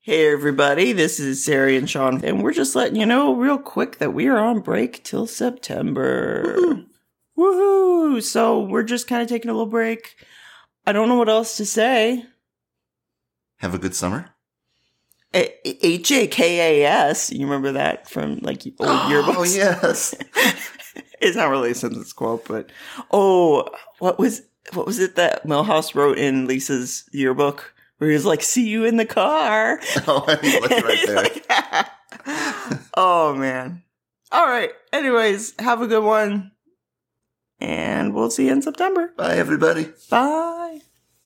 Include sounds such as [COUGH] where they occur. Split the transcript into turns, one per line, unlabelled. Hey everybody, this is Sari and Sean, and we're just letting you know real quick that we are on break till September. Woohoo! So we're just kind of taking a little break. I don't know what else to say.
Have a good summer.
H A K A S. You remember that from like
[GASPS]
old yearbooks?
Oh yes.
[LAUGHS] it's not really a sentence quote, but oh, what was what was it that Milhouse wrote in Lisa's yearbook? Where he was like, "See you in the car."
[LAUGHS] Oh, I mean, look right
He's
[LAUGHS] there.
like, [LAUGHS] oh man. All right. Anyways, have a good one, and we'll see you in September.
Bye everybody.
Bye.